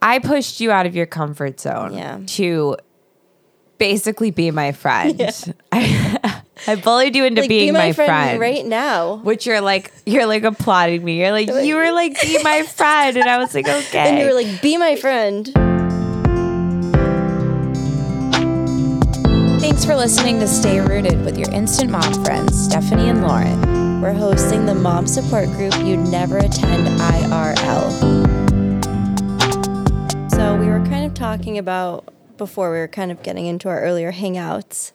I pushed you out of your comfort zone Yeah. to basically be my friend. I, I bullied you into Like, being be my, right? friend, right now. Which you're like, you're like applauding me. You're like, you were like, be my friend. And I was like, okay. And you were like, be my friend. Thanks for listening to Stay Rooted with your instant mom friends, Stephanie and Lauren. We're hosting the mom support group you'd never attend IRL. So we were kind of talking about before we were kind of getting into our earlier hangouts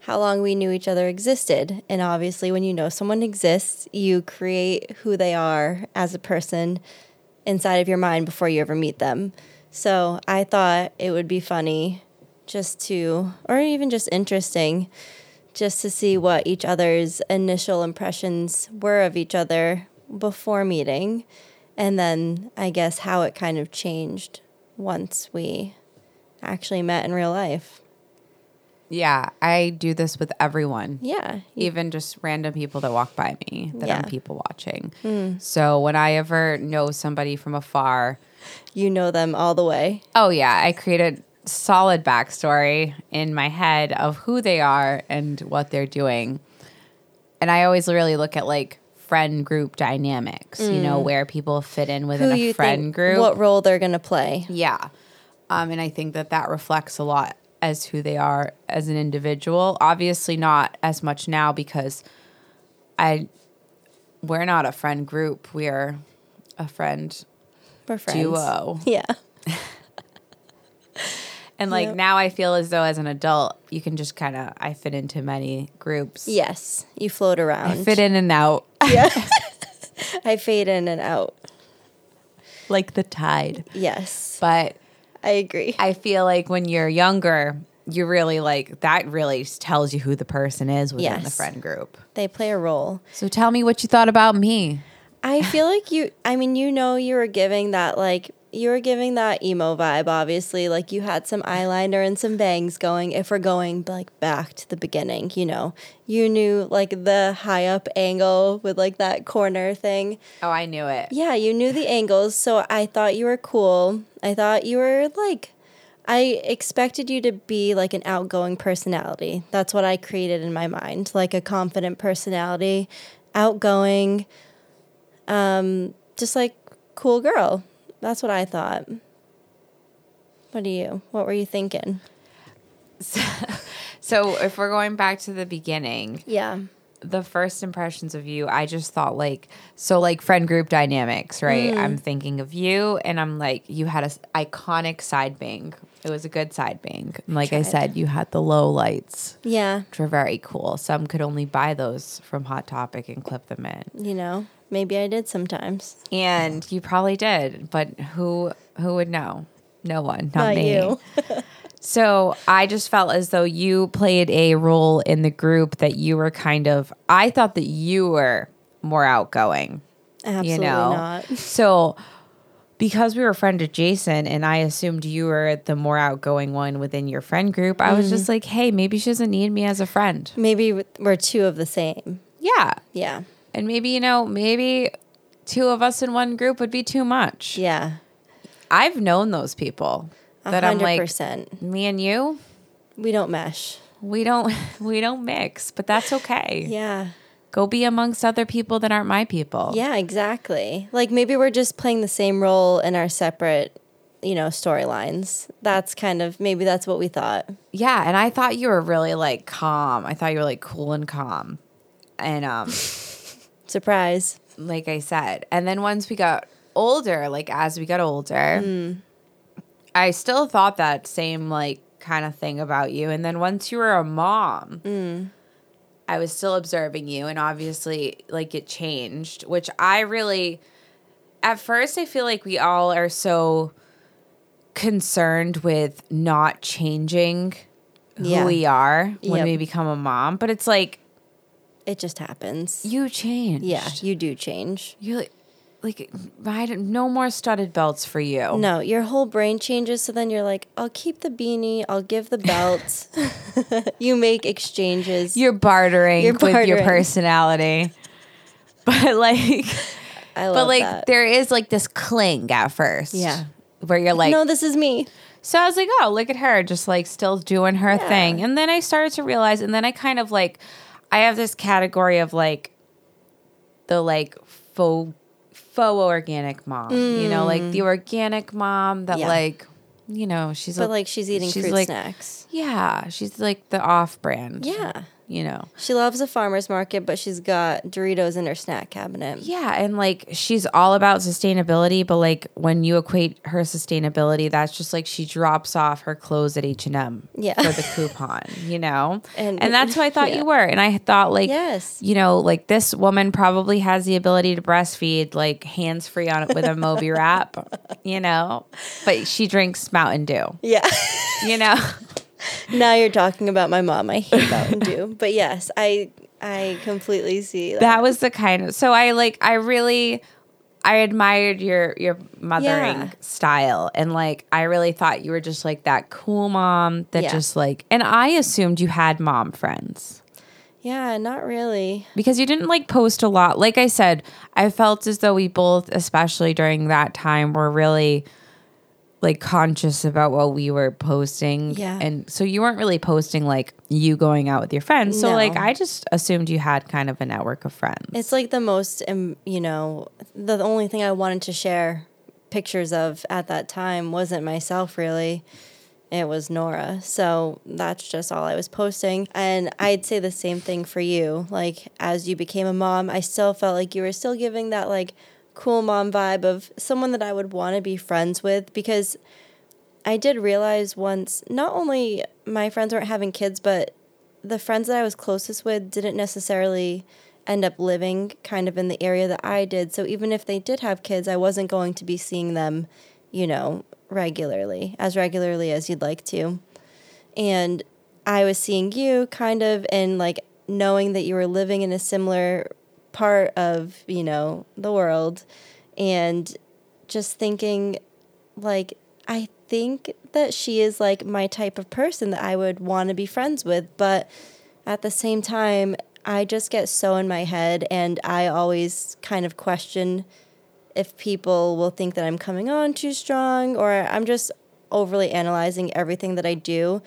how long we knew each other existed. And obviously when you know someone exists, you create who they are as a person inside of your mind before you ever meet them. So I thought it would be funny just to or even just interesting just to see what each other's initial impressions were of each other before meeting and then I guess how it kind of changed once we actually met in real life. yeah, I do this with everyone. Yeah. you- even just random people that walk by me that I'm Yeah. Hmm. people watching. So when I ever know somebody from afar, You know them all the way. oh yeah, I create a solid backstory in my head of who they are and what they're doing. And I always really look at like friend group dynamics, you know, where people fit in within Mm. Who a you friend think group. what role they're going to play. Yeah. Um, and I think that that reflects a lot as who they are as an individual. Obviously, not as much now because I we're not a friend group. We are a friend, We're friends. duo. Yeah. And like now, I feel as though as an adult, you can just kind of I fit into many groups. Yes. You float around. I fit in and out I fade in and out. like the tide. Yes. But I agree. I feel like when you're younger, you really like that really tells you who the person is within the Yes. friend group. They play a role. So tell me what you thought about me. I feel like you, I mean, you know, you were giving that like, you were giving that emo vibe, obviously. Like, you had some eyeliner and some bangs going. If we're going like back to the beginning, you know, you knew like the high up angle with like that corner thing. Oh, I knew it. Yeah, you knew the angles, so I thought you were cool. I thought you were like I expected you to be like an outgoing personality. That's what I created in my mind, like a confident personality, outgoing um just like cool girl. That's what I thought. What do you? What were you thinking? So if we're going back to the beginning, Yeah. the first impressions of you, I just thought like so like friend group dynamics, right? I'm thinking of you and I'm like you had a s- iconic side bang. It was a good side bang. And like I said, you had the low lights, Yeah, which were very cool. Some could only buy those from Hot Topic and clip them in. you know, maybe I did sometimes. And you probably did, but who who would know? No one, not, Not me. you. So I just felt as though you played a role in the group that you were kind of. I thought that you were more outgoing. Absolutely you know, not. so because we were friend adjacent, and I assumed you were the more outgoing one within your friend group. I Mm-hmm. was just like, hey, maybe she doesn't need me as a friend. Maybe we're two of the same. Yeah, Yeah. and maybe you know, maybe two of us in one group would be too much. Yeah. I've known those people that i am like, 100%. me and you, we don't mesh. we don't we don't mix, but that's okay. Yeah. go be amongst other people that aren't my people. Yeah, exactly. Like maybe we're just playing the same role in our separate, you know, storylines. That's kind of maybe that's what we thought. Yeah, and I thought you were really like calm. I thought you were like cool and calm. And um Surprise. like I said, and then once we got older, like as we got older, Mm. I still thought that same like kind of thing about you. And then once you were a mom, Mm. I was still observing you, and obviously, like it changed, which I really, at first, I feel like we all are so concerned with not changing who Yeah. we are when Yep. we become a mom, but it's like It just happens. you changed. Yeah, you do change. You're like, like I don't- no more studded belts for you. No, your whole brain changes. So then you're like, I'll keep the beanie, I'll give the belt. you make exchanges. You're bartering, You're with your bartering. personality. But like I love but like that. there is like this cling at first. Yeah. where you're like, no, this is me. so I was like, oh, look at her, just like still doing her thing. And then I started to realize, and then I kind of like, I have this category of like the like faux, faux organic mom, you know, like the organic mom that Mm. Yeah. like, you know, she's But like she's eating she's fruit like- snacks. yeah, she's like the off brand. Yeah. You know, She loves a farmer's market, but she's got Doritos in her snack cabinet. yeah. And like, she's all about sustainability, but like, when you equate her sustainability, that's just like she drops off her clothes at H&M Yeah. for the coupon, you know? And- And, that's who I thought you were. And I thought, like, Yes. you know, like this woman probably has the ability to breastfeed like hands free on it with a Moby wrap, you know? But she drinks Mountain Dew, Yeah. you know? now you're talking about my mom. I hate Mountain Dew. But yes, I I completely see that. that was the kind of so i like i really i admired your your mothering Yeah. style and like i really thought you were just like that cool mom that Yeah. just like and i assumed you had mom friends yeah, not really. because you didn't like post a lot like i said i felt as though we both especially during that time were really like conscious about what we were posting Yeah. and so you weren't really posting like you going out with your friends so No. like i just assumed you had kind of a network of friends It's like the most, um, you know, the only thing I wanted to share pictures of at that time wasn't myself really. It was Nora. So that's just all I was posting. And I'd say the same thing for you. Like, as you became a mom, I still felt like you were still giving that, like, cool mom vibe of someone that I would want to be friends with because I did realize once not only my friends weren't having kids, but the friends that I was closest with didn't necessarily end up living kind of in the area that I did. So even if they did have kids, I wasn't going to be seeing them, you know, regularly, as regularly as you'd like to. And I was seeing you kind of and like knowing that you were living in a similar part of, you know, the world and just thinking like I think that she is like my type of person that I would want to be friends with, but at the same time, I just get so in my head and I always kind of question if people will think that I'm coming on too strong or I'm just overly analyzing everything that I do.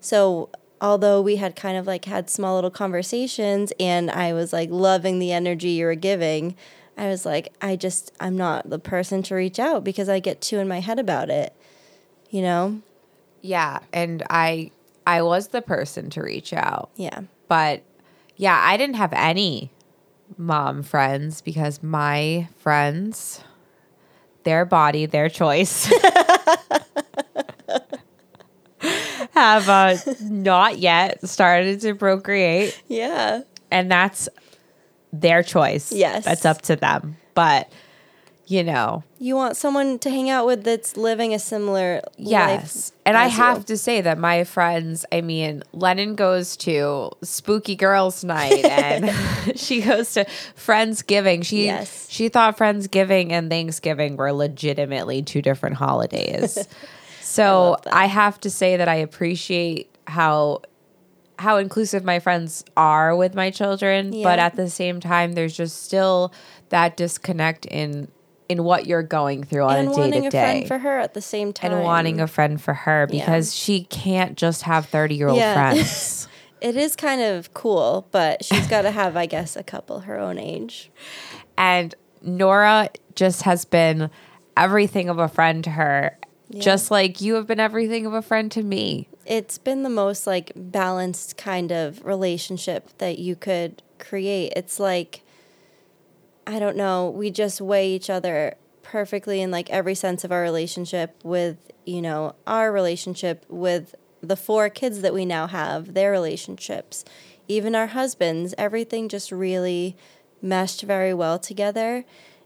So, although we had kind of like had small little conversations and I was like loving the energy you were giving, I was like, I just, I'm not the person to reach out because I get too in my head about it, you know? Yeah, and I I was the person to reach out. Yeah. But yeah, I didn't have any mom friends because my friends their body, their choice. have uh, not yet started to procreate Yeah. and that's their choice. Yes. That's up to them. But you know, You want someone to hang out with that's living a similar Yes. life. and I as you. have to say that my friends, I mean, Lennon goes to spooky girls night and she goes to Friendsgiving. She Yes. she thought Friendsgiving and Thanksgiving were legitimately two different holidays. so I, have to say that I appreciate how how inclusive my friends are with my children, but Yeah. at the same time there's just still that disconnect in in what you're going through on and a day wanting to a day friend for her at the same time. and wanting a friend for her Yeah. because she can't just have 30 year old Yeah. friends. It is kind of cool, but she's got to have, I guess, a couple her own age. and Nora just has been everything of a friend to her, just like you have been everything of a friend to me. It's been the most like balanced kind of relationship that you could create. It's like, I don't know, we just weigh each other perfectly in like every sense of our relationship with, you know, our relationship with the four kids that we now have, their relationships, even our husbands, everything just really meshed very well together.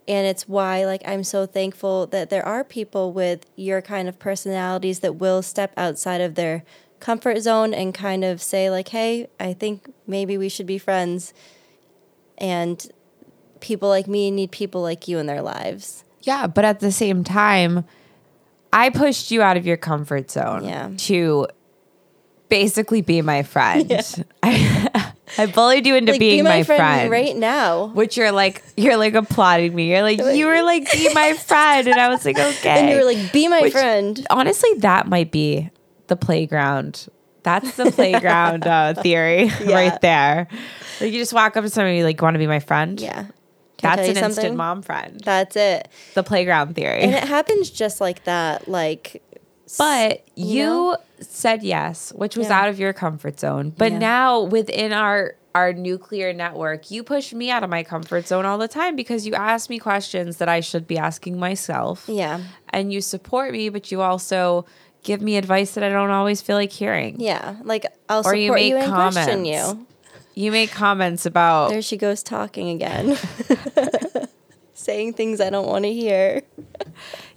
And it's why, like, I'm so thankful that there are people with your kind of personalities that will step outside of their comfort zone and kind of say, like, hey, I think maybe we should be friends. And people like me need people like you in their lives. Yeah, but at the same time, I pushed you out of your comfort zone Yeah. to basically be my friend. I bullied you into Like, being be my, my, friend, friend. right now. Which you're like, you're like applauding me. You're like, you were like, be my friend. And I was like, okay. And you were like, be my Which- friend. honestly, that might be the playground. That's the playground uh, theory Yeah. right there. Like you just walk up to somebody, you're like, want to be my friend? Yeah. Can That's I tell an you instant something? mom friend. That's it. The playground theory. And it happens just like that. Like, But you, you know? said yes, which was Yeah. out of your comfort zone. But Yeah. now within our our nuclear network, you push me out of my comfort zone all the time because you ask me questions that I should be asking myself. yeah. And you support me, but you also give me advice that I don't always feel like hearing. Yeah. Like, I'll Or support you you, make and question comments. you. You make comments about There she goes talking again. Saying things I don't want to hear.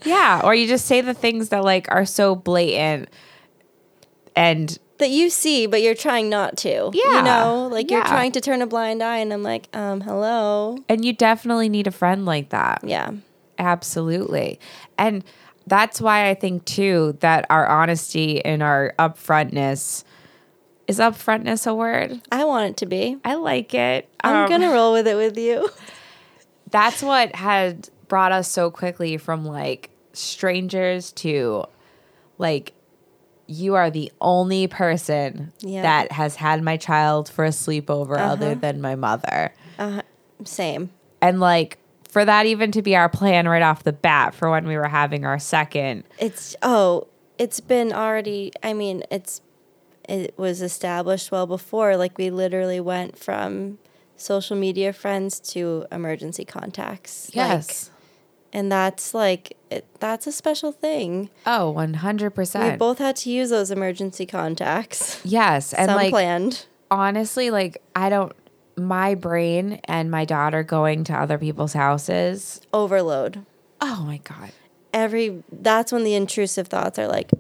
yeah, or you just say the things that like are so blatant and That you see, but you're trying not to. Yeah. You know, like you're Yeah. trying to turn a blind eye, and I'm like, um, hello. and you definitely need a friend like that. Yeah. Absolutely. And that's why I think too that our honesty and our upfrontness is upfrontness a word? I want it to be. I like it. I'm Um, going to roll with it with you. That's what had brought us so quickly from like strangers to like you are the only person Yeah. that has had my child for a sleepover other than my mother. Same. And like for that even to be our plan right off the bat for when we were having our second It's oh, it's been already. I mean, it's it was established well before. Like we literally went from social media friends to emergency contacts. Like, Yes. and that's like it, that's a special thing. Oh, 100%. We both had to use those emergency contacts. yes. And Some like, planned. honestly, like, I don't, my brain and my daughter going to other people's houses. Overload. Oh my God. Every that's when the intrusive thoughts are like,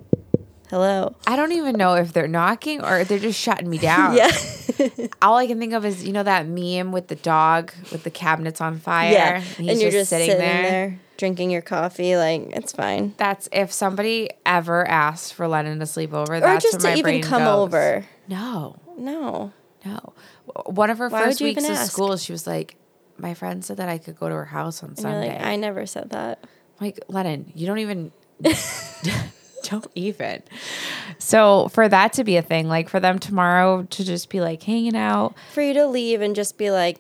hello. I don't even know if they're knocking or they're just shutting me down. Yeah. All I can think of is, you know, that meme with the dog with the cabinets on fire. yeah. And, he's just, sitting, there. drinking your coffee. Like it's fine. That's if somebody ever asks for Lennon to sleep over, or that's when just to my even brain come goes, over. No. No. No. W- One of her Why would first you weeks even of ask? school, she was like, My friend said that I could go to her house on And you're Sunday. like, I never said that. I'm like, Lennon, you don't even, don't even. So for that to be a thing, like for them tomorrow to just be like hanging out, For you to leave and just be like,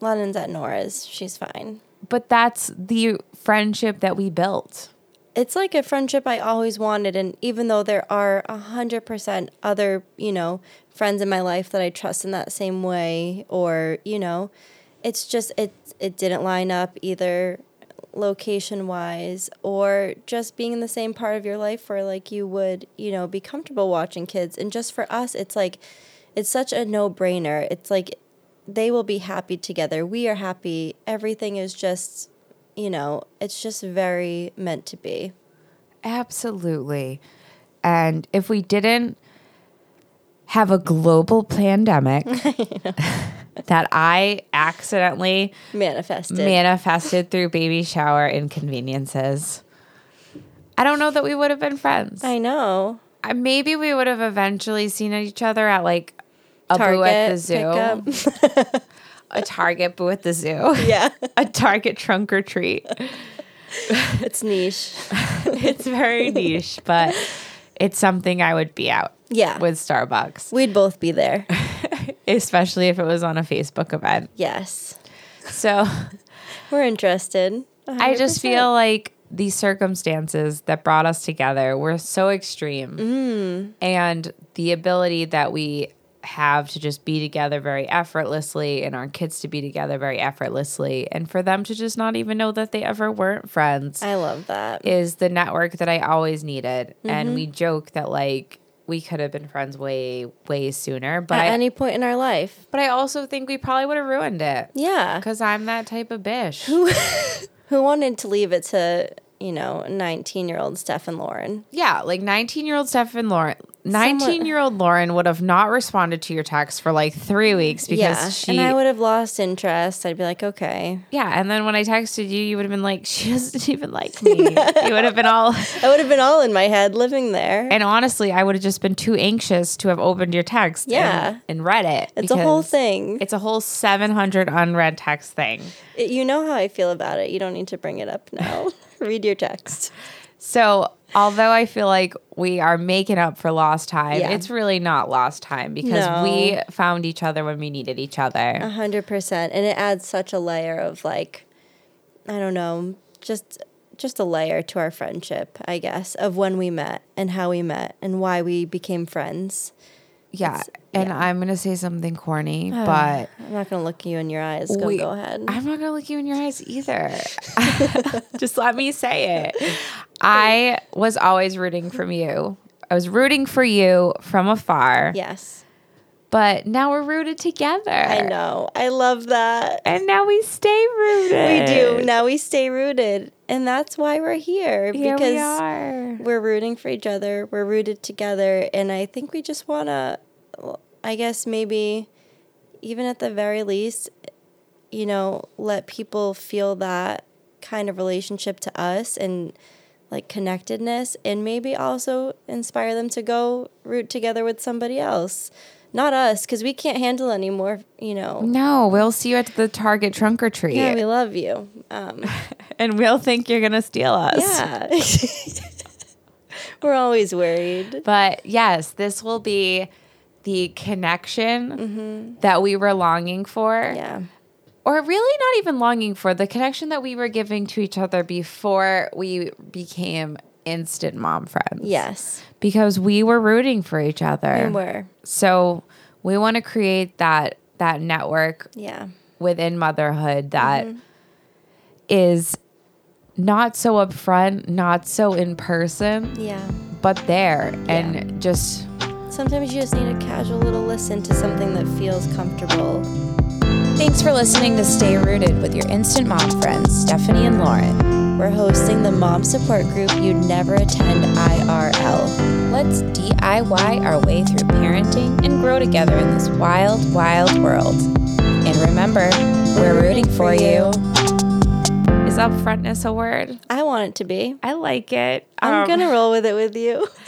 London's at Nora's. She's fine. but that's the friendship that we built. It's like a friendship I always wanted. And even though there are 100% other, you know, friends in my life that I trust in that same way, or, you know, it's just, it, it didn't line up either location wise or just being in the same part of your life where like you would, you know, be comfortable watching kids. And just for us, it's like, it's such a no brainer. It's like they will be happy together. We are happy. Everything is just, you know, it's just very meant to be. Absolutely. And if we didn't have a global pandemic that I accidentally Manifested. manifested through baby shower inconveniences. I don't know that we would have been friends. I know. I- maybe we would have eventually seen each other at like a boo at the Target zoo, a Target boo at the zoo, Yeah. a Target trunk or treat. it's niche. It's very niche, but it's something I would be out Yeah. with Starbucks, We'd both be there. especially if it was on a Facebook event. Yes. So We're interested. I just 100%. feel like these circumstances that brought us together were so extreme. Mm. And the ability that we have to just be together very effortlessly and our kids to be together very effortlessly and for them to just not even know that they ever weren't friends I love that. is the network that I always needed. And Mm-hmm. we joke that like we could have been friends way way sooner, but I, At any point in our life. but I also think we probably would have ruined it Yeah. cuz I'm that type of bitch. Who wanted to leave it to, you know, 19 year old Steph and Lauren? Yeah, like 19 year old Stefan Lauren. 19 year old Lauren would have not responded to your text for like three weeks because yeah. she. and I would have lost interest. I'd be like, okay. yeah. And then when I texted you, you would have been like, she doesn't even like me. you would have been all. I would have been all in my head living there. And honestly, I would have just been too anxious to have opened your text and- Yeah. and, read it. it's a whole because thing. It's a whole 700 unread text thing. It- you know how I feel about it. You don't need to bring it up now. Read your text. So, although I feel like we are making up for lost time, Yeah. it's really not lost time because No. Uh-huh. we found each other when we needed each other. A hundred percent, and it adds such a layer of like, I don't know, just just a layer to our friendship, I guess, of when we met and how we met and why we became friends. yeah. it's- And yeah. I'm going to say something corny, but Um, I'm not gonna look you in your eyes. Go we- go ahead. I'm not going to look you in your eyes either. Just let me say it. I was always rooting from you. I was rooting for you from afar. yes, but now we're rooted together. I know. I love that. And now we stay We rooted. do now. We stay rooted, and that's why we're here Here because we are. we're rooting for each other. We're rooted together, and I think we just want to. I guess maybe, even at the very least, you know, let people feel that kind of relationship to us and like connectedness, and maybe also inspire them to go root together with somebody else, not us, because we can't handle anymore. You know, No, we'll see you at the Target trunk or treat, Mm, yeah, we love you. Um, and we'll think you're gonna steal us. yeah, we're always worried. But yes, this will be the connection that we were longing for, Yeah. or really not even longing for the connection that we were giving to each other before we became instant mom friends. Yes. because we were rooting for each other. We were. So we want to create that that network Yeah. within motherhood that Mm-hmm. is not so upfront, not so in person, Yeah. but there and just Sometimes you just need a casual little listen to something that feels comfortable. Thanks for listening to Stay Rooted with your instant mom friends, Stephanie and Lauren. We're hosting the mom support group you'd never attend IRL. Let's DIY our way through parenting and grow together in this wild, wild world. And remember, we're rooting for you. is upfrontness a word? I want it to be. I like it. I'm Um, going to roll with it with you.